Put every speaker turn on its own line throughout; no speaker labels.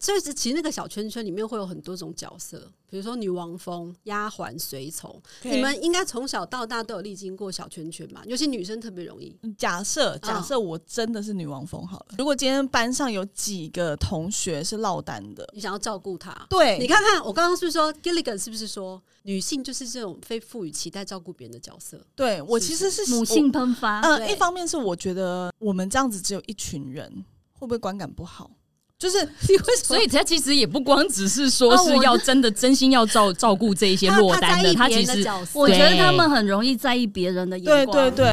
所以其实那个小圈圈里面会有很多种角色，比如说女王蜂、丫鬟、随从。
OK
你们应该从小到大都有历经过小圈圈吧？尤其女生特别容易。
嗯假设假设我真的是女王蜂好了，如果今天班上有几个同学是落单的，
你想要照顾她。
对，
你看看，我刚刚是不是说 Gilligan 是不是说女性就是这种非赋予期待照顾别人的角色？
对我
是
其实是
母性喷发，
嗯、
对
一方面是我觉得我们这样子只有一群人，会不会观感不好？ 就是
你为什么？
所以他其实也不光只是说
啊
是
我
要真的真心要照 照顾这一些
他
落
他
单
在
的，
意
他
别
其
人的
实
角色
我觉得他们很容易在意别人的眼
对
光。
对对，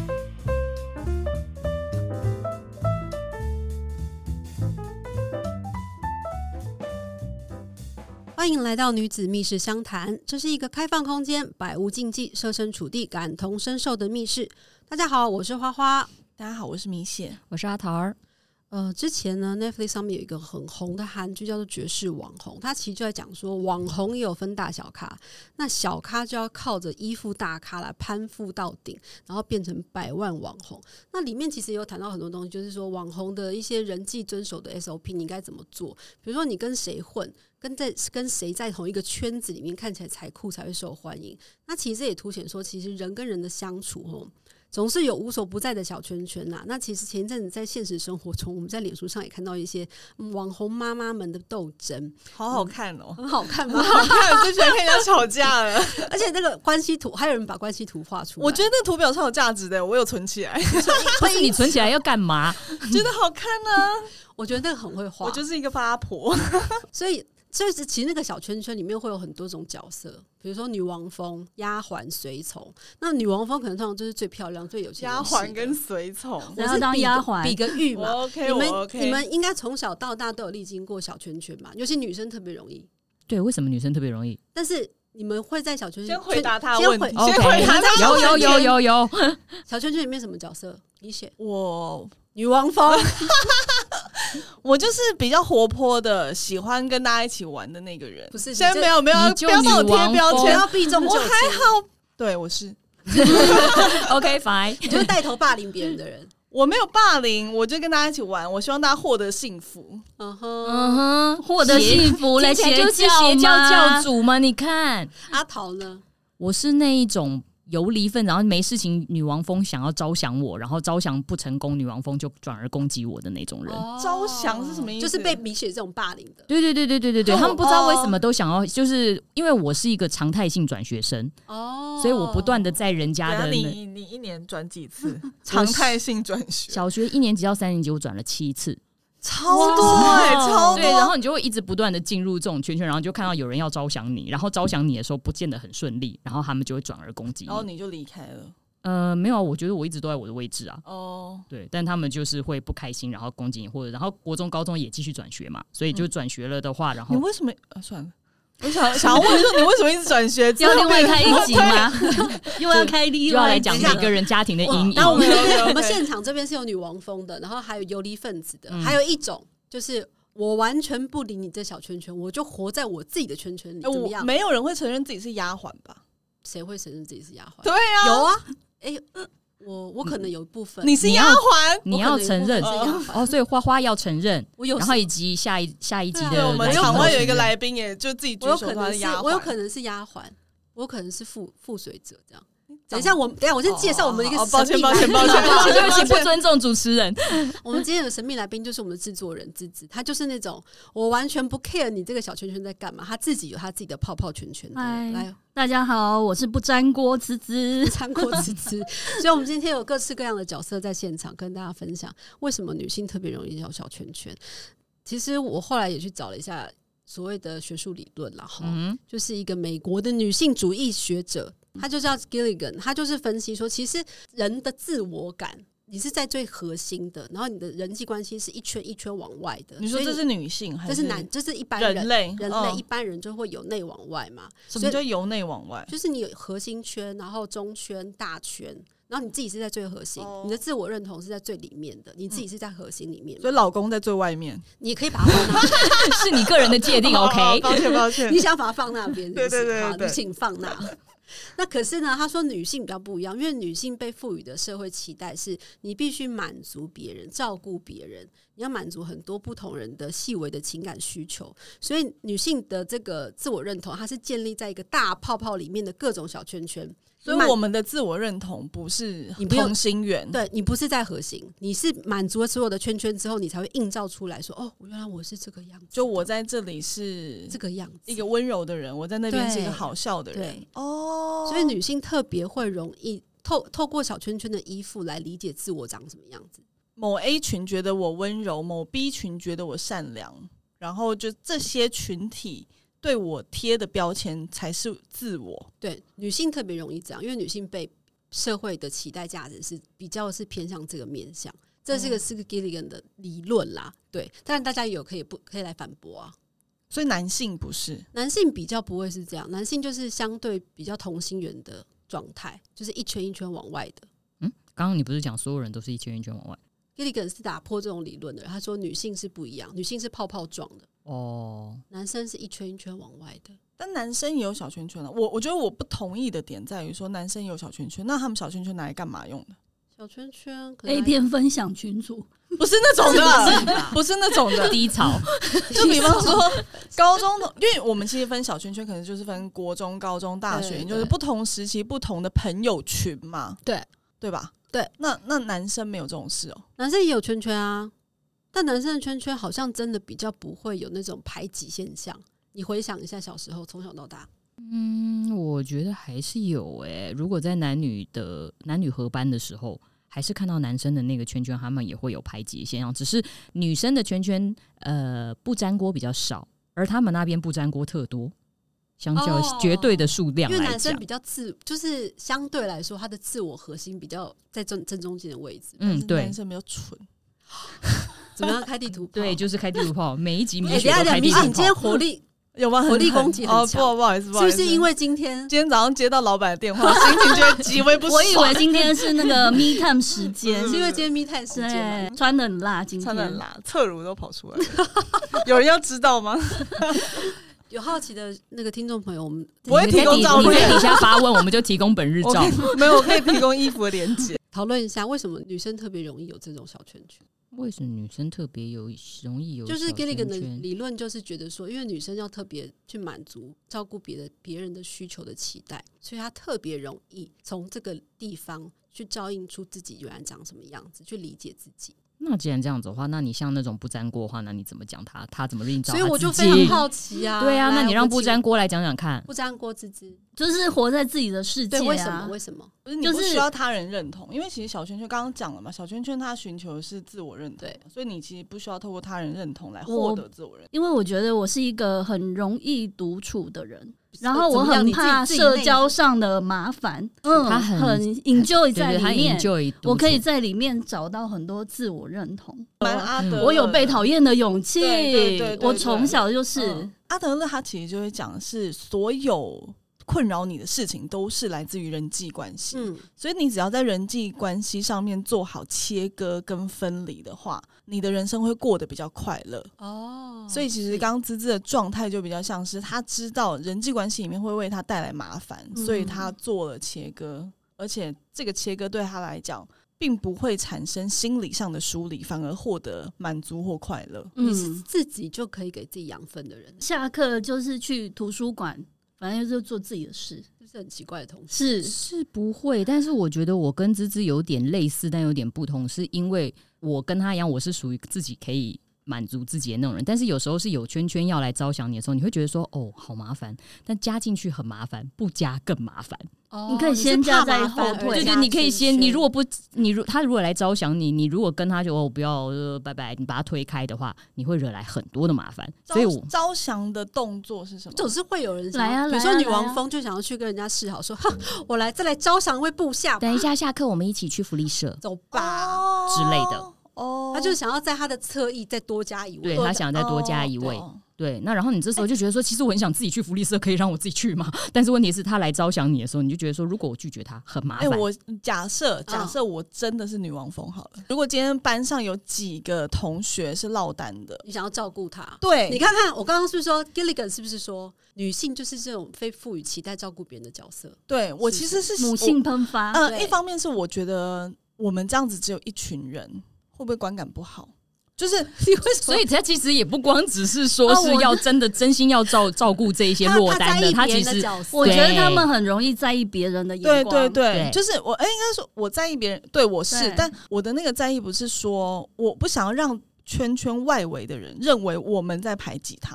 欢迎来到女子密室相谈，这是一个开放空间，百无禁忌，设身处地，感同身受的密室。大家好，我是花花。
大家好，我是米雪，
我是阿桃儿，
呃，之前呢，Netflix 上面有一个很红的韩剧叫做《绝世网红》，它其实就在讲说，网红也有分大小咖，那小咖就要靠着依附大咖来攀附到顶，然后变成百万网红。那里面其实也有谈到很多东西，就是说网红的一些人际遵守的 SOP，你应该怎么做？比如说你跟谁混，跟在跟谁在同一个圈子里面看起来才酷才会受欢迎。那其实这也凸显说，其实人跟人的相处哦。总是有无所不在的小圈圈呐、那其实前一阵子在现实生活中，我们在脸书上也看到一些、嗯网红妈妈们的斗争，
好好看哦，
很好看 吗？
好看，我最喜欢看人家吵架了。
而且那个关系图，还有人把关系图画出来，
我觉得那图表超有价值的，我有存 起来，
不是你存起来要干嘛？
觉得好看呢、
我觉得那个很会画，
我就是一个八 婆，
所以。就是其实那个小圈圈里面会有很多种角色，比如说女王蜂、丫鬟、随从。那女王蜂可能通常就是最漂亮、最有钱
丫鬟跟随 从。
我
然后
是
当
比个
丫鬟
比个喻嘛。
我 OK，
你们、
我 OK，
你们应该从小到大都有历经过小圈圈嘛，尤其女生特别容易。
对，为什么女生特别容易？
但是你们会在小圈圈
先回答他的
先
问题，
回
先回答他的
有哦有
问题
有有有，
小圈圈里面什么角色？你写
我
女王蜂，
我就是比较活泼的，喜欢跟大家一起玩的那个人。
不是
现在没有没有，
你
不
就
要帮我
女
贴
王
标
风
不
签
要。避重就
我
轻，
还好，对我是
OK fine，
你就是带头霸凌别人的人。
我没有霸凌，我就跟大家一起玩，我希望大家获得幸福。
嗯哼，
嗯哼，
获得幸福嘞，
听起来就是邪教教主嘛？你看，
阿桃呢？
我是那一种游离分，然后没事情，女王蜂想要招降我，然后招降不成功，女王蜂就转而攻击我的那种人。
哦
招降是什么意思
就是被米雪这种霸凌的。
对对对对对对对，
哦
他们不知道为什么都想要，就是因为我是一个常态性转学生，
哦
所以我不断的在人家的
等一下哦
那
你你一年转几 次？常态性转学，
小学一年级到三年级，我转了七次，
超多哎、
哇
超
对，然
多。
后你就会一直不断的进入这种圈圈，然后你就看到有人要招降你，然后招降你的时候不见得很顺利，然后他们就会转而攻击
然后
你。
哦你就离开了
呃，没有啊，我觉得我一直都在我的位置啊，
哦。
对，但他们就是会不开心，然后攻击你，或者然后国中、高中也继续转学嘛，所以就转学了的话，然
你
后
为什么？啊、算了，我
呃
想想要问说，你为什么一直转学？
要另外开一集吗？ 又要开
就
另
要
外
来
一集
讲
了
每个人家庭的
哇
阴影
那。 我们
OK，OK，OK
我们现场这边是有女王风的，然后还有游离分子的，
嗯
还有一种就是我完全不理你这小圈圈，我就活在我自己的圈圈里，
哎
怎么
我
样？
没有人会承认自己是丫鬟吧？
谁会承认自己是丫鬟？
对啊，
有啊，哎，我我可能有一部分，
嗯你是
你
丫
要
鬟，
你要承认
我可能有一部分是丫鬟
哦，所以花花要承认，
我有
然后以及下一下一集
对
的
对，啊我们
来宾
场
要
外有
承
一个
认
来宾也就自己举
我有
手
可
说他
能
是
是
丫鬟，
我有可能是丫鬟，我有可能是附附随者这样。等一下，我等一下，我先介绍我们一个
哦哦哦抱
神
歉
秘
抱
来
歉
宾。
抱歉抱歉
哦对不起，
抱
不
歉，
尊重主持人。
我们今天有神秘来宾，就是我们的制作人芝芝，他就是那种我完全不 care 你这个小圈圈在干嘛，他自己有他自己的泡泡圈圈的。
嗨
哎
来，
大家好，我是不粘锅滋滋。
参过芝芝，所以我们今天有各式各样的角色在现场跟大家分享，为什么女性特别容易有小圈圈。其实我后来也去找了一下所谓的学术理论啦，哈、
嗯，
就是一个美国的女性主义学者，她就叫 Gilligan，她就是分析说，其实人的自我感。你是在最核心的，然后你的人际关系是一圈一圈往外的。
你
所
说
以
这是女性还
这是男，这是一般人
人类？
人类
嗯
一般人就会由内往外嘛，
什
所
么
以
叫由内往外？
就是你有核心圈，然后中圈、大圈，然后你自己是在最核心，
哦
你的自我认同是在最里面的，你自己是在核心里面嘛，
所以老公在最外面。
你也可以把它放那边，
是你个人的界定
哦哦
，OK？
抱歉抱歉
你。想把它放那边，
对对对
是不是好
对
你请放那。那可是呢，他说女性比较不一样，因为女性被赋予的社会期待是你必须满足别人、照顾别人，你要满足很多不同人的细微的情感需求。所以女性的这个自我认同，它是建立在一个大泡泡里面的各种小圈圈。
所以我们的自我认同不是
你不用
同心圆，
对你不是在核心，你是满足了所有的圈圈之后，你才会映照出来说：“哦，原来我是这个样子，
就我在这里是
这个样子。”
一个温柔的人，我在那边是一个
对
好笑的人
对。
哦
所以女性特别会容易透透过小圈圈的衣服来理解自我长什么样子。
某 A 群觉得我温柔，某 B 群觉得我善良，然后就这些群体对我贴的标签才是自我。
对，女性特别容易这样，因为女性被社会的期待价值是比较是偏向这个面向。这
嗯
是一个斯克 Gilligan 的理论啦，对，但是大家有可以不可以来反驳啊？
所以男性不是，
男性比较不会是这样，男性就是相对比较同心圆的状态，就是一圈一圈往外的。
刚刚你不是讲所有人都是一圈一圈往外？
Gilligan 是打破这种理论的人，他说女性是不一样，女性是泡泡状的，
哦，
男生是一圈一圈往外的。
但男生也有小圈圈了、我我觉得我不同意的点在于说，男生也有小圈圈，那他们小圈圈拿来干嘛用的？
小圈圈可能
A 片分享群组，
不是那 种
是
的，啊
吧
不是那种 的。
低潮
就比方说高中同，因为我们其实分小圈圈，可能就是分国中、高中、大学，
对
就是
对
不同时期不同的朋友群嘛，
对
对吧？
对，
那那男生没有这种事哦、
男生也有圈圈啊，但男生的圈圈好像真的比较不会有那种排挤现象。你回想一下小时候，从小到大，
嗯，我觉得还是有诶、如果在男女的男女合班的时候，还是看到男生的那个圈圈，他们也会有排挤的现象。只是女生的圈圈，呃，不粘锅比较少，而他们那边不粘锅特多，相较
哦
绝对的数量
因为
来
男生
讲
比。较自，就是相对来说，他的自我核心比较在正正中间的位置。
嗯，对
男，生比较蠢，
怎么样开地图炮？
对，
就
就是开地图炮，每一集 米
哎、等一
雪
下
都
等一下，
开
米雪，你
地图
今天
炮。
火力
有吗？
火力
很
攻击很
哦，不
强
好不好意思，不
是
好
不
意思
是因为今天？
今天早上接到老板的电 话，心情就会极为不爽？
我以为今天是那 个 Me Time 时间，
是因为今天密探嗯时间啊
对
吗，
穿的很辣，今天
穿的很辣，侧乳都跑出来了， 有人要知道吗？
有好奇的那个听众朋友，我们
不会
你可
提
以
供
底
照
你可以
片
底下发问，我们就提供本日
我
照
可。以没有，我可以提供衣服的链接。
讨论一下为什么女生特别容易有这种小圈圈。
为什么女生特别有容易有
就是 Gilligan 的
圈？
理论，就是觉得说，因为女生要特别去满足照顾别的别人的需求的期待，所以她特别容易从这个地方去照应出自己原来长什么样子，去理解自己。
那既然这样子的话，那你像那种不粘锅的话，那你怎么讲他？他怎么认照
所
他自己？
以我就非常好奇啊，
对啊，
来
那你让
我们
不
请
粘锅来讲讲看。
不沾锅之之，
就是活在自己的世
对，
界啊。
为什么？为什么？
不是你
就
不
是
需要他人认同，因为其实小圈圈刚刚讲了嘛，小圈圈他寻求的是自我认同
对，
所以你其实不需要透过他人认同来
我
获得自我认
因为我觉得我是一个很容易独处的人，然后我
怎么样
很
你自己
怕
自己
社
内
交上的麻烦，嗯，
他很
很 enjoy
对
在
对，他
里面，
enjoy
我可以
独处
在里面找到很多自我认同。
同。蛮阿德勒的，
嗯
我有被讨厌的勇气
呃对对对对，对
我从小就是
嗯阿德勒，他其实就会讲的是所有困扰你的事情都是来自于人际关系，
嗯，
所以你只要在人际关系上面做好切割跟分离的话，你的人生会过得比较快乐。
哦
所以其实刚刚芝芝的状态就比较像是他知道人际关系里面会为他带来麻烦，
嗯
所以他做了切割，而且这个切割对他来讲并不会产生心理上的梳理，反而获得满足或快乐。
你是
嗯，
自己就可以给自己养分的人，
下课就是去图书馆，反正就是做自己的事，
这是很奇怪的同事。
是
是不会，但是我觉得我跟芝芝有点类似，但有点不同，是因为我跟他一样，我是属于自己可以满足自己的那种人。但是有时候是有圈圈要来招降你的时候，你会觉得说哦，好麻烦，但加进去很麻烦，不加更麻烦。
哦
你可以先加
你
在后
是怕麻烦
对
而
对
加
对，你可以先，
圈
你如果不，你如他如果来招降你，你如果跟他就哦不要、呃拜拜，你把他推开的话，你会惹来很多的麻烦。所以
招
我
招降的动作是什么？
总是会有人想
来啊
要比如
来
说
啊
女
来
王
啊
峰就想要去跟人家示好，说：“哈，我来再来招降为部下吧，
等一下下课我们一起去福利社。
走吧。
哦
之类的。
哦，
他就是想要在他的侧翼再多加一位，
对
多
他
加
想再多加一位，
哦懂
对，那然后你这时候就觉得说，其实我很想自己去福利社，可以让我自己去吗？ 但是问题是，他来招降你的时候，你就觉得说，如果我拒绝他，很麻
哎、
烦。
我假设假设我真的是女王风好了，如果今天班上有几个同学是落单的，
你想要照顾他。
对，
你看看，我刚刚是不是说 Gilligan 是不是说女性就是这种非赋予期待照顾别人的角色？
对我
是
其实是
母性喷发，
呃，
对
一方面是我觉得我们这样子只有一群人，会不会观感不好？就是
你为什么
所以他其实也不光只是说
啊
是
我
要真的真心要照照顾这一些
他
落
他
单
在
的，
意
呃他
别
其
人的
实
角色
我觉得
对
他们很容易在意别人的眼
对
光，
对对
对，
就是我哎、应该说我在意别人，对我是
对，
但我的那个在意不是说我不想要让圈圈外围的人认为我们在排挤他，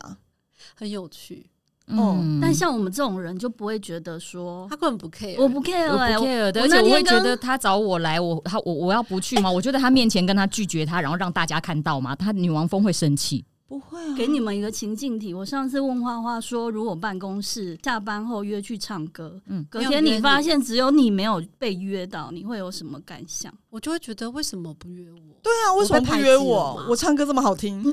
很有趣，
嗯
哦但像我们这种人就不会觉得说
他根本不 care。
我不 care，
我不
哎
care 的，
我
而且
那
我会
天
觉
跟
得他找我来，我他我我要不去吗？我觉得他面前跟他拒绝他，然后让大家看到嘛，他女王峰会生气。
不会啊，
给你们一个情境题，我上次问花花说，如果办公室下班后约去唱歌，
嗯
隔天
没有约
你
你
发现只有你没有被约到，你会有什么感想？
我就会觉得为什么不约我？
对啊，为什么不
我被
约
排挤了
我
吗？
我唱歌这么好听，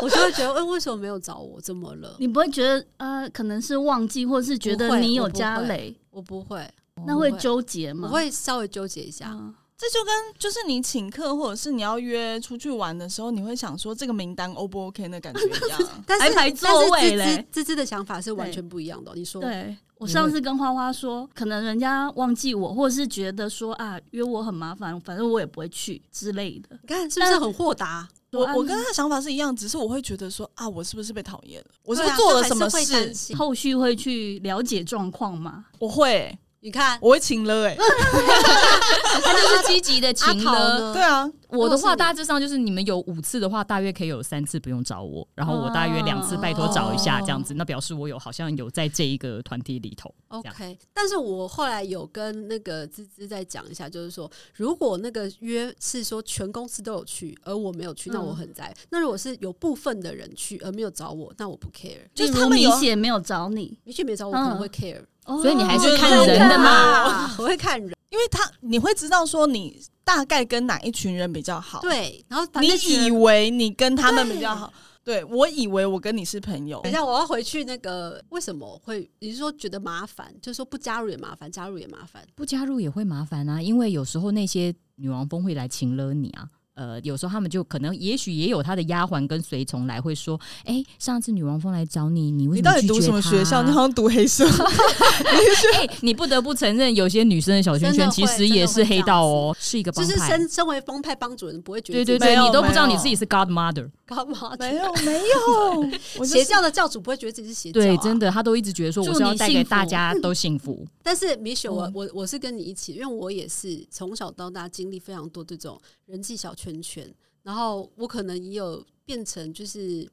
我就会觉得，哎、为什么没有找我？怎么了？
你不会觉得呃，可能是忘记，或是觉
不
得
会
你
我
有
不
家
会
累，
我不会，
那
不
会
会
纠结吗？
我会稍微纠结一下。
嗯
这就跟就是你请客或者是你要约出去玩的时候，你会想说这个名单 O 不 OK 的感觉一样啊。
但是
还排座位
但是芝
嘞
芝芝芝的想法是完全不一样的哦。你说，
对我
你
上
会
次跟花花说，可能人家忘记我，或是觉得说啊约我很麻烦，反正我也不会去之类的。
你看是不是很豁达？
我
啊
我跟他的想法是一样，只是我会觉得说啊，我是不是被讨厌了？我
我
啊是不是做了什么
会
事
担？心。
后续会去了解状况嘛？
我会，
你看，
我会请了哎、
他就是积极的
阿
情
桃
了。
呢？
对啊，
我的
如果是
话
你
大致上就是你们有五次的话，大约可以有三次不用找我，然后我大约两次
哦
拜托找一下这样子，那表示我有好像有在这一个团体里头。
OK，但是我后来有跟那个芝芝再讲一下，就是说，如果那个约是说全公司都有去，而我没有去，那
嗯
我很在意。那如果是有部分的人去而没有找我，那我不 care。
就是
例如
他们
米
有
姐没有找你，
你去没找我，可能会 care。啊
所
所以你还
是看
人的
嘛，
我会看人。
因为他你会知道说你大概跟哪一群人比较好，，
对，然后反
你
正
以为你跟他们比较好，对我以为我跟你是朋友
等，一下，我要回去那个为什么会？你是说觉得麻烦，就是说不加入也麻烦，加入也麻烦。
不加入也会麻烦啊，因为有时候那些女王峰会来请了你啊。呃，有时候他们就可能，也许也有他的丫鬟跟随从来会说：“哎、上次女王峰来找你，你为
你
什么
到底
拒
读
绝
什么
她
学校？你好像读黑社，
哎、你不得不承认，有些女生的小圈
真
圈
的会
其实也是黑道哦，是一个
就
帮
是
派。
身身为帮派帮主人，不会觉得
对对
自己
对，
没有
你都不知道
没
你
有
自己是 godmother。
干嘛？
没有没 有，我就是
邪教的教主不会觉得自己是邪教、啊，
对，真。的，他都一直觉得说我
祝
是要
你
带
幸
给大
福
家都幸福。
但是米雪，我
嗯
我我是跟你一起，因为我也是从小到大经历非常多这种人际小圈圈，然后我可能也有变成就是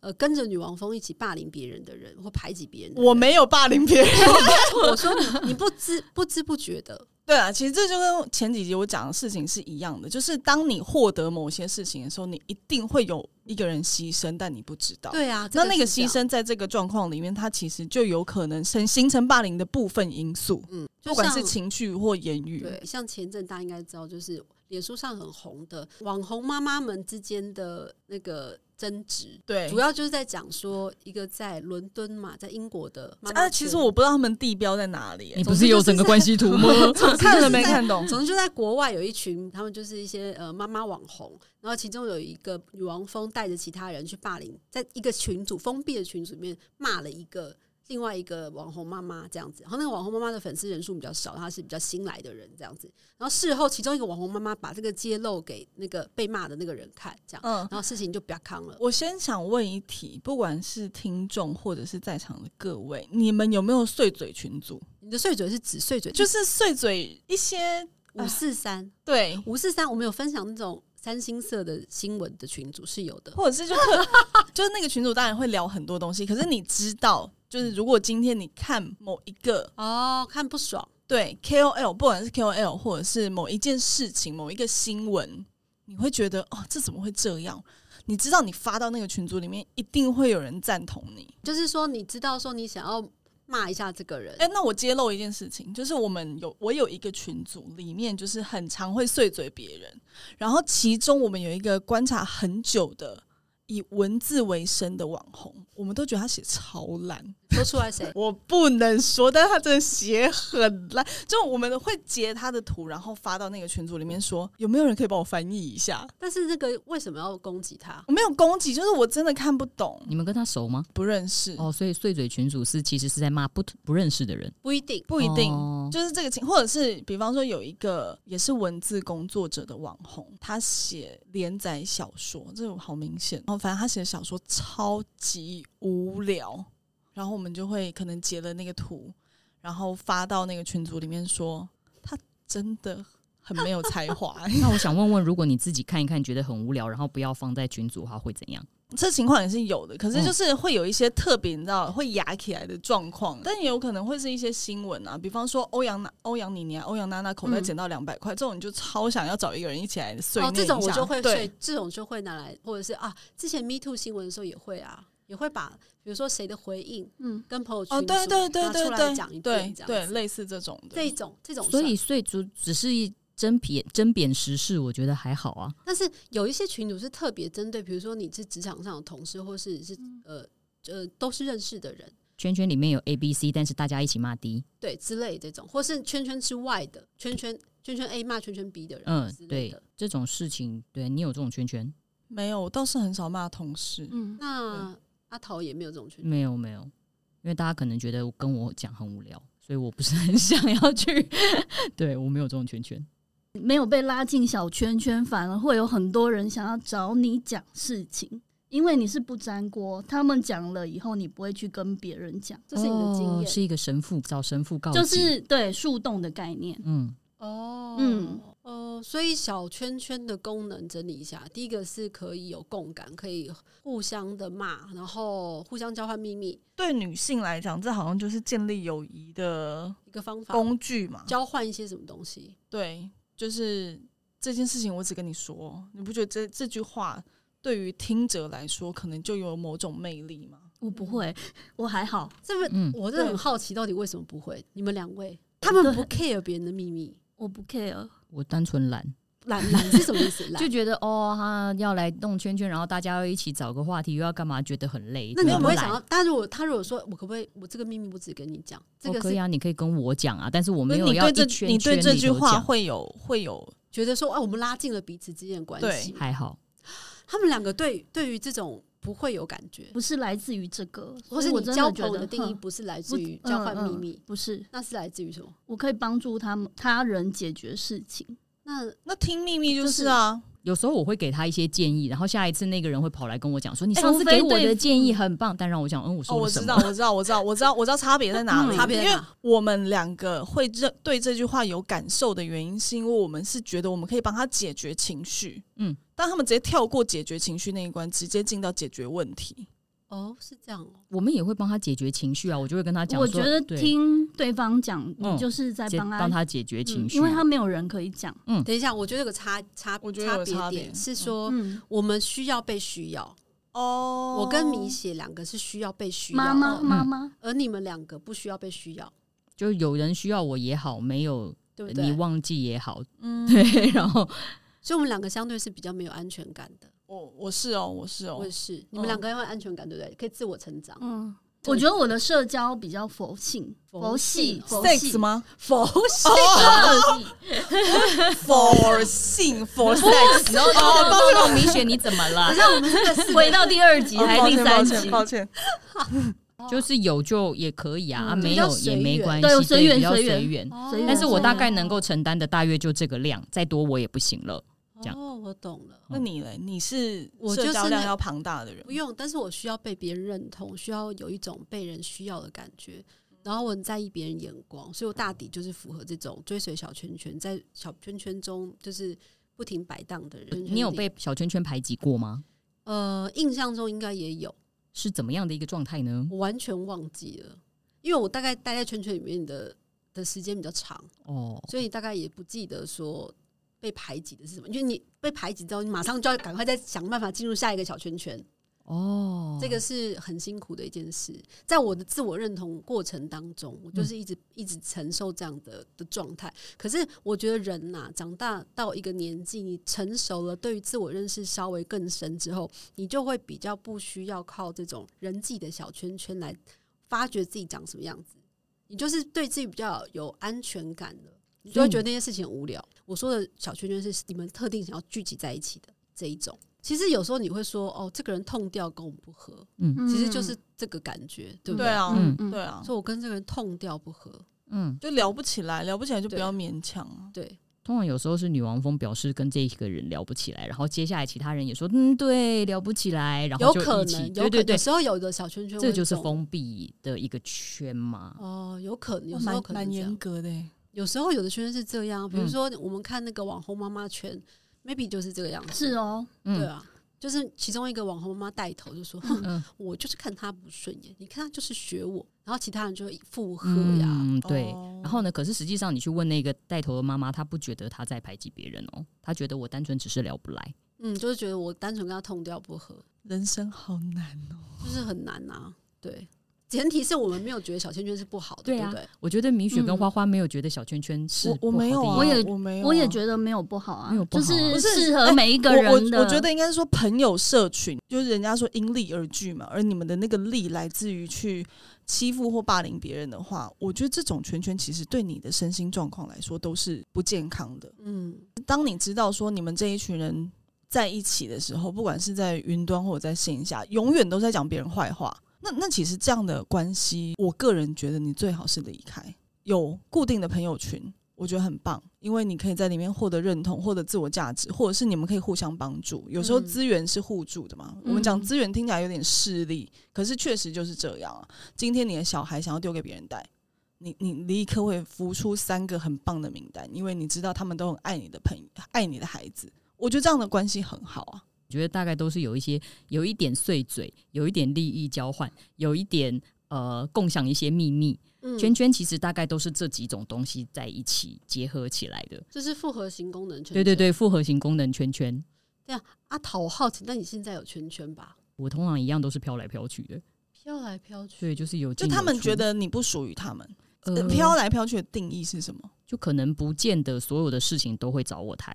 呃跟着女王风一起霸凌别人的人或排挤别人的人。
我没有霸凌别人。
我说你你不知不知不觉的，
对啊，其实这就跟前几集我讲的事情是一样的，就是当你获得某些事情的时候，你一定会有一个人牺牲，但你不知道。
对啊，
那
这
那
是
个
这
牺
样，
牲在这个状况里面，它其实就有可能形形成霸凌的部分因素，
嗯，就
不管是
像
情绪或言语。
对，像前一阵大家应该知道，就是脸书上很红的网红妈妈们之间的那个争执，
对
主要就是在讲说一个在伦敦嘛，在英国的妈妈
啊，
圈。
其实我不知道他们地标在哪里、
你
欸，
不是有整个关系图吗？
我 看了没看懂？
总之 就在国外有一群，他们就是一些呃妈妈网红，然后其中有一个女王蜂带着其他人去霸凌，在一个群组封闭的群组里面骂了一个另外一个网红妈妈这样子，然后那个网红妈妈的粉丝人数比较少，她是比较新来的人这样子，然后事后其中一个网红妈妈把这个揭露给那个被骂的那个人看，这样，
嗯，
然后事情就不要扛了。
我先想问一题，不管是听众或者是在场的各位，你们有没有碎嘴群组？
你的碎嘴是指嗯碎嘴，
就是是碎嘴一些
五四三
对，
五四三，我们有分享那种三星色的新闻的群组是有的。
或者是就特 就是那个群主当然会聊很多东西，可是你知道，就是如果今天你看某一个
哦，看不爽，
对 KOL，不管是 KOL 或者是某一件事情、某一个新闻，你会觉得哦，这怎么会这样？你知道，你发到那个群组里面，一定会有人赞同你。
就是说，你知道说你想要骂一下这个人，
哎、那我揭露一件事情，就是我们有我有一个群组，里面就是很常会碎嘴别人，然后其中我们有一个观察很久的以文字为生的网红，我们都觉得他写超烂。
说出来谁？
我不能说，但是他真的写很烂。就我们会截他的图，然后发到那个群组里面说，有没有人可以帮我翻译一下？
但是那个为什么要攻击他？
我没有攻击，就是我真的看不懂，
你们跟他熟吗？
不认识。
哦，所以碎嘴群主是其实是在骂不不认识的人，
不一定。
不一定，
哦
就是这个情，或者是比方说有一个也是文字工作者的网红，他写连载小说，这种好明显。然后反正他写的小说超级无聊，然后我们就会可能截了那个图，然后发到那个群组里面说，他真的很没有才华。
那我想问问，如果你自己看一看觉得很无聊，然后不要放在群组的话，会怎样？
这情况也是有的，可
嗯
是就是会有一些特别，你知道会压起来的状况，但也有可能会是一些新闻啊，比方说欧阳娜、欧阳妮妮、啊、欧阳娜娜口袋
嗯
捡到两百块，这种你就超想要找一个人一起来碎
哦
念，一下、
这种我就会
对
睡，这种就会拿来，或者是啊，之前 Me Too 新闻的时候也会啊，也会把比如说谁的回应
嗯，
跟朋友圈
哦，对对对对
拿出来
对，
讲一
对
遍，这
对
样子
类似这种的
这，种这种算，
所以碎主只是一针砭针砭时事，我觉得还好啊。
但是有一些群主是特别针对，比如说你是职场上的同事，或是是
嗯
呃呃都是认识的人，
圈圈里面有 A、B、C，但是大家一起骂 D，
对之类这种，或是圈圈之外的圈圈圈圈 A 骂圈圈 B 的人，
嗯
之，类
对
的。，
这种事情，对你有这种圈圈
没有，我倒是很少骂同事，
嗯，
那阿桃也没有这种圈圈，
没有？没有，因为大家可能觉得跟我讲很无聊，所以我不是很想要去。 对我没有这种圈圈，
没有被拉进小圈圈，反而会有很多人想要找你讲事情，因为你是不粘锅，他们讲了以后，你不会去跟别人讲，这是你的经
哦
验，
是一个神父找神父告解，
就是对树洞的概念。
嗯，
哦
嗯
哦，所以小圈圈的功能整理一下，第一个是可以有共感，可以互相的骂，然后互相交换秘密，
对女性来讲，这好像就是建立友谊的
一个方法，
工具嘛，
交换一些什么东西。
对，就是这件事情，我只跟你说，你不觉得这这句话对于听者来说，可能就有某种魅力吗？
我不会，我还好，
这不，
嗯
我真的很好奇，到底为什么不会？你们两位，他们不 care 别人的秘密，
我不 care。
我单纯懒。
懒懒是什么意 思？
就
懒？
觉得哦，他要来弄圈圈，然后大家要一起找个话题，又要干嘛，觉得很累。
那你们
觉得
不会
懒
想要？但如果他如果说我可不可以，我这个秘密我只跟你讲，这
哦
个
可以
是
啊，你可以跟我讲啊，但是我没有
你
要
对
一
这
圈圈
你对这句
里头
话
讲
会有会有
觉得说啊，我们拉近了彼此之间的关系。
还好，
他们两个对对于这种不会有感觉，
不是来自于这个，
或
所以
是
哦我
你
真
交
的觉
朋友
得
的定义
哼
不是来
不
自于交换秘
嗯嗯
密，
不是，
那是来自于什么？
我可以帮助他们他人解决事情。
那
那听秘密就
就是
是啊，
有时候我会给他一些建议，然后下一次那个人会跑来跟我讲说，你
哎
上
无
次
非
给我
对
的建议很棒，但让我想，嗯，我
哦，
说
我
了什
知道，
么？
我知道，我知道，我知道，我知道差别在哪
嗯
里。
差别在
因为
哪
我们两个会认对这句话有感受的原因，是因为我们是觉得我们可以帮他解决情绪。
嗯，
但他们直接跳过解决情绪那一关，直接进到解决问题。
哦，是这样哦。
我们也会帮他解决情绪啊，我就会跟他讲说，
我觉得
对
听对方讲，
嗯
你就是在
解
帮
帮他解决
嗯
情绪，啊
因为他没有人可以讲。
等一下，我觉得有个差差
我觉得有
别
差别
点是说，
嗯，
我们需要被需要。
哦
我跟米雪两个是需要被需要
妈
的，
妈
嗯
妈妈，
而你们两个不需要被需要，
就有人需要我也好，没有
对不
你
对？
忘记也好，
嗯，
对，然后
所以我们两个相对是比较没有安全感的。
我我是哦，我是哦
我也，是，你们两个要有安全感，对不对？可以自我成长。
嗯，我觉得我的社交比较佛性，
佛
佛
性
系，哦
佛
佛系
sex 吗
佛系，
？for
佛系
性 for sex，
然后然后然后米雪你怎么了？
回到第二集
哦
还
抱
是第
歉抱
三
歉
集？
抱歉，
就是有就也可以啊，
嗯
啊没
比较
有
随
也
缘
没关系，
对随缘
比较
随缘哦
随缘。
随缘
但是我大概能
哦
够承担的大约就这个量，再多我也不行了。这样
哦，我懂了。
那你嘞？你是
我就
社
是
交量
那
要庞大的人
不，用，但是我需要被别人认同，需要有一种被人需要的感觉。然后我很在意别人眼光，所以我大抵就是符合这种追随小圈圈，在小圈圈中就是不停摆荡的人。
你有被小圈圈排挤过吗？
呃印象中应该也有，
是怎么样的一个状态呢？
我完全忘记了，因为我大概待在圈圈里面的的时间比较长，
哦，
所以你大概也不记得说被排挤的是什么，因为你被排挤之后，你马上就要赶快再想办法进入下一个小圈圈。
哦，
这个是很辛苦的一件事。在我的自我认同过程当中，我就是一直、一直承受这样的的状态。可是我觉得人呐、长大到一个年纪，你成熟了，对于自我认识稍微更深之后，你就会比较不需要靠这种人际的小圈圈来发掘自己长什么样子。你就是对自己比较有安全感的，你就会
嗯
觉得那些事情很无聊。我说的小圈圈是你们特定想要聚集在一起的这一种。其实有时候你会说，哦，这个人痛掉跟我们不合，
嗯
其实就是这个感觉，对不
对？啊，
嗯
嗯
对啊，
说我跟这个人痛掉不合，
嗯，
就聊不起来，聊不起来就不
对
要勉强啊。
对
通常有时候是女王蜂表示跟这一个人聊不起来，然后接下来其他人也说嗯对聊不起来，然后
有
就
可
一起
能，
对
有可
对
能
对
有，时候有的小圈圈
这
会
就是
中
封闭的一个圈嘛。
哦，有可能，有
哇
时候
蛮
可能
蛮
这
严
样，
格的欸，
有时候有的圈圈是这样，比如
嗯
说我们看那个网红妈妈圈，maybe 就是这个样子，
是哦，
对
嗯
啊。就是其中一个网红妈妈带头就说：“哼
嗯
我就是看他不顺眼，你看他就是学我。”然后其他人就会附和呀，
嗯，对。
哦
然后呢？可是实际上，你去问那个带头的妈妈，她不觉得她在排挤别人哦，她觉得我单纯只是聊不来。
嗯，就是觉得我单纯跟他痛掉不合，
人生好难哦。
就是很难啊。对，前提是我们没有觉得小圈圈是不好的，
对
对
啊
不对？
我觉得米雪跟
嗯
花花没有觉得小圈圈是
我我没有啊，
不好的意
也
我没有啊，
我也觉得没有不好啊
没有，不
就
好啊
是
不是
适
哎
合每一个人
我
的。
我我觉得应该说朋友社群，就是人家说因利而聚嘛，而你们的那个利来自于去欺负或霸凌别人的话，我觉得这种圈圈其实对你的身心状况来说都是不健康的。
嗯，
当你知道说你们这一群人在一起的时候，不管是在云端或者在线下，永远都在讲别人坏话，那那其实这样的关系，我个人觉得你最好是离开，有固定的朋友群。我觉得很棒，因为你可以在里面获得认同，获得自我价值，或者是你们可以互相帮助。有时候
嗯
资源是互助的嘛。
嗯
我们讲资源听起来有点势利，可是确实就是这样啊。今天你的小孩想要丢给别人带，你你立刻会浮出三个很棒的名单，因为你知道他们都很爱你的朋友，爱你的孩子。我觉得这样的关系很好啊。
我觉得大概都是有一些有一点碎嘴，有一点利益交换，有一点呃共享一些秘密。
嗯
圈圈其实大概都是这几种东西在一起结合起来的。
这是复合型功能圈
对对对，复合型功能圈圈，
啊，讨我好奇，那你现在有圈圈吧？
我通常一样都是飘来飘去的，
飘来飘去，
所以就是有
就
进有
他们
出
觉得你不属于他们，
呃
呃飘、来飘去的定义是什么？
就可能呃不见得所有的事情都会找我谈，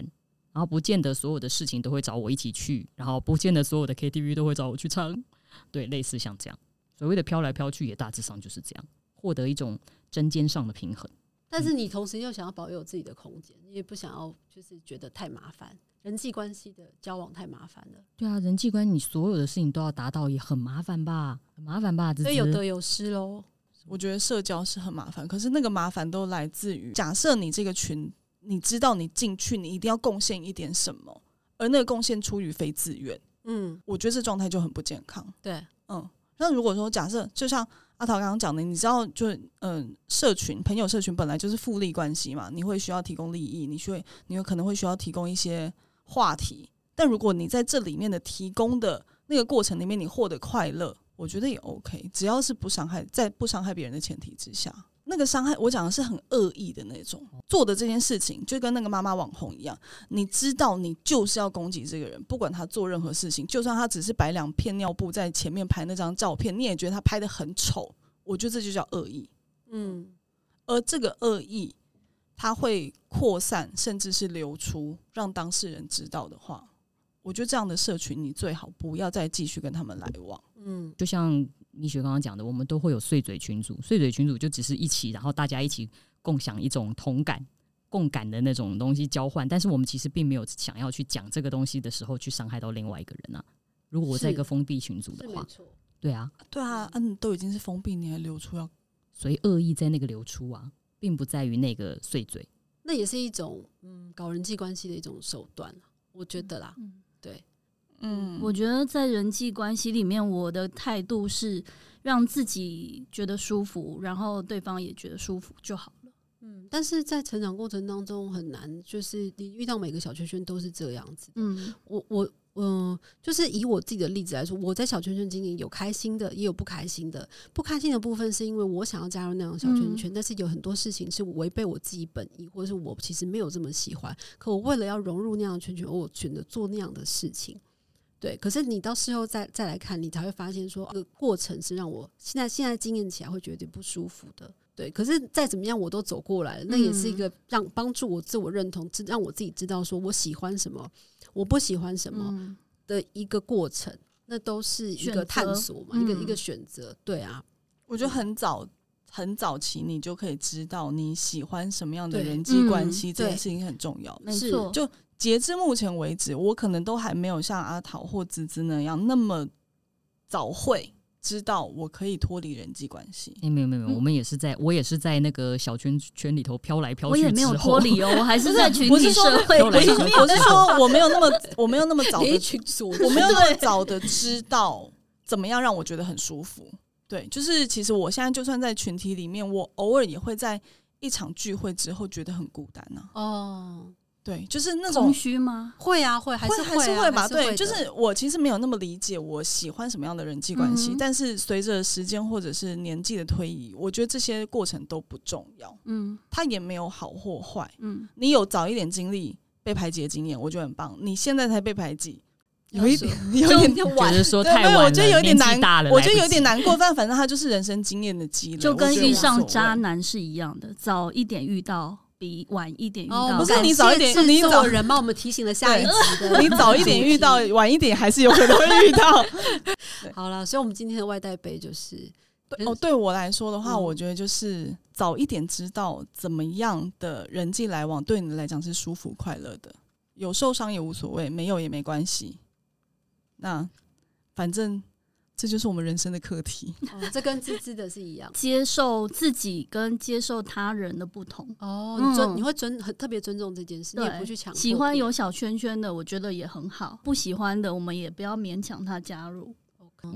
然后不见得所有的事情都会找我一起去，然后不见得所有的 KTV 都会找我去唱，对，类似像这样，所谓的飘来飘去也大致上就是这样，获得一种针尖上的平衡。
但是你同时又想要保有自己的空间，你也不想要就是觉得太麻烦，人际关系的交往太麻烦了，
对啊，人际关系你所有的事情都要达到，也很麻烦吧？很麻烦吧？
所
芝
以有
芝
得有失喽。
我觉得社交是很麻烦，可是那个麻烦都来自于假设你这个群，你知道你进去，你一定要贡献一点什么，而那个贡献出于非自愿，
嗯，
我觉得这状态就很不健康。
对，
嗯，那如果说假设就像阿桃刚刚讲的，你知道就是嗯、社群朋友社群本来就是复利关系嘛，你会需要提供利益，你会你有可能会需要提供一些话题，但如果你在这里面的提供的那个过程里面，你获得快乐，我觉得也 OK，只要是不伤害，在不伤害别人的前提之下。那个伤害，我讲的是很恶意的那种，做的这件事情就跟那个妈妈网红一样，你知道你就是要攻击这个人，不管他做任何事情，就算他只是摆两片尿布在前面拍那张照片，你也觉得他拍的很丑。我觉得这就叫恶意，
嗯，
而这个恶意，它会扩散甚至是流出，让当事人知道的话，我觉得这样的社群你最好不要再继续跟他们来往。
嗯，
就像米雪刚刚讲的，我们都会有碎嘴群组，碎嘴群组就只是一起，然后大家一起共享一种同感、共感的那种东西交换。但是我们其实并没有想要去讲这个东西的时候，去伤害到另外一个人啊。如果我在一个
是
封闭群组
是
的
没
话，
错。
对啊，
对啊，嗯，都已经是封闭，你还流出要
所以恶意在那个流出啊，并不在于那个碎嘴。
那也是一种嗯搞人际关系的一种手段，我觉得啦。
嗯
嗯
我觉得在人际关系里面，我的态度是让自己觉得舒服，然后对方也觉得舒服就好了。
嗯，但是在成长过程当中很难，就是你遇到每个小圈圈都是这样子。
嗯
我我嗯、就是以我自己的例子来说，我在小圈圈经营有开心的，也有不开心的。不开心的部分是因为我想要加入那种小圈圈，但是有很多事情是违背我自己本意，或者是我其实没有这么喜欢。可我为了要融入那样的圈圈，我选择做那样的事情。对，可是你到事后再再来看，你才会发现说，这个过程是让我现在现在经验起来会觉得有点不舒服的。对，可是再怎么样我都走过来了，那也是一个让帮助我自我认同，知让我自己知道说我喜欢什么，我不喜欢什么
嗯
的一个过程。那都是一
选
个
择
探索嘛，一个
嗯
一个选择。对啊，
我觉得很早很早期，你就可以知道你喜欢什么样的
对
人际关
嗯
系，这件
对
事情很重要。
没
是
错，
就截至目前为止，我可能都还没有像阿桃或芝芝那样那么早会知道我可以脱离人际关系。
哎、没有没有没有，
嗯
我们也是在我也是在那个小圈圈里头飘来飘去，
我也没有脱，离哦，我还是在群
不
体
是说
社会
又
我
来
是
一
说
个
里。
我是说我没有那么我没有那么早
连一
的
群所
我没有那么早的知道怎么样让我觉得很舒服。对，就是其实我现在就算在群体里面，我偶尔也会在一场聚会之后觉得很孤单呐、啊
哦，
对，就是那
空
种
虚吗？
会啊会还是
会还是
啊
会吧？
还是
对，
的
就是我其实没有那么理解我喜欢什么样的人际关系，
嗯
但是随着时间或者是年纪的推移，我觉得这些过程都不重要，
嗯
它也没有好或坏。
嗯，
你有早一点经历被排挤的经验，我觉得很棒。你现在才被排挤，
要
有一
说
点 有一点
觉得说
对，
太
没有
晚了，
我觉得有点
年纪
难，
大了，
我
来
觉得
不
有点
及。
难过，但反正他就是人生经验的积累，
就跟
我觉得
遇
无所
上
谓
渣。男是一样的，早一点遇到比晚一点遇
哦，
到。
不是你早一点
感谢
你早
制作人帮我们提醒了下一集的，
你早一点遇到，晚一点还是有可能会遇到。
好了，所以我们今天的外带杯就是
对哦，对我来说的话，
嗯
我觉得就是早一点知道怎么样的人际来往对你来讲是舒服快乐的，有受伤也无所谓，没有也没关系。那反正这就是我们人生的课题。
哦，这跟芝芝的是 一样
接受自己跟接受他人的不同。
哦。你尊
嗯
你会尊很特别尊重这件事，你也
对
不去强迫
喜欢
别
有
人
小圈圈的，我觉得也很好；不喜欢的，我们也不要勉强他加入。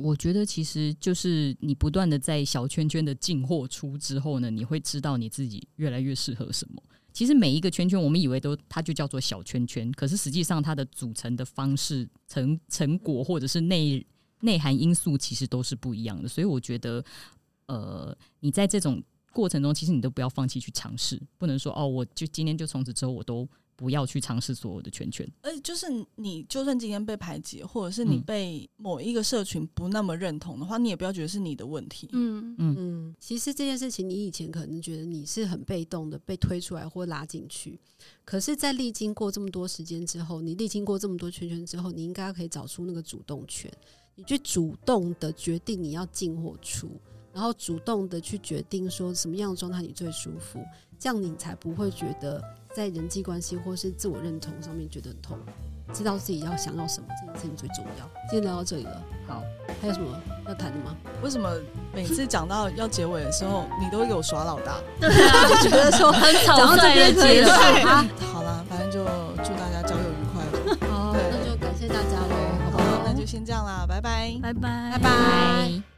我觉得其实就是你不断的在小圈圈的进或出之后呢，你会知道你自己越来越适合什么。其实每一个圈圈，我们以为都它就叫做小圈圈，可是实际上它的组成的方式、成成果或者是内内涵因素，其实都是不一样的。所以我觉得，呃，你在这种过程中，其实你都不要放弃去尝试，不能说哦，我就今天就从此之后我都不要去尝试所有的圈圈。
而且就是你，就算今天被排挤，或者是你
嗯
被某一个社群不那么认同的话，你也不要觉得是你的问题。
嗯
嗯，其实这件事情，你以前可能觉得你是很被动的，被推出来或拉进去。可是，在历经过这么多时间之后，你历经过这么多圈圈之后，你应该可以找出那个主动权，你去主动的决定你要进或出，然后主动的去决定说什么样的状态你最舒服，这样你才不会觉得在人际关系或是自我认同上面觉得很痛苦。知道自己要想要什么，这件事情最重要。今天聊到这里了，
好，
还有什么要谈的吗？
为什么每次讲到要结尾的时候，你都会给我耍老大？
对啊，
觉得说
很
讲到
草
这
率
边
的
可以
结
了
束。
啊。
好啦，反正就祝大家交友愉快吧。
好，那就感谢大家喽，好不
好，
好
那？就先这样啦，拜拜。
拜拜，
拜拜。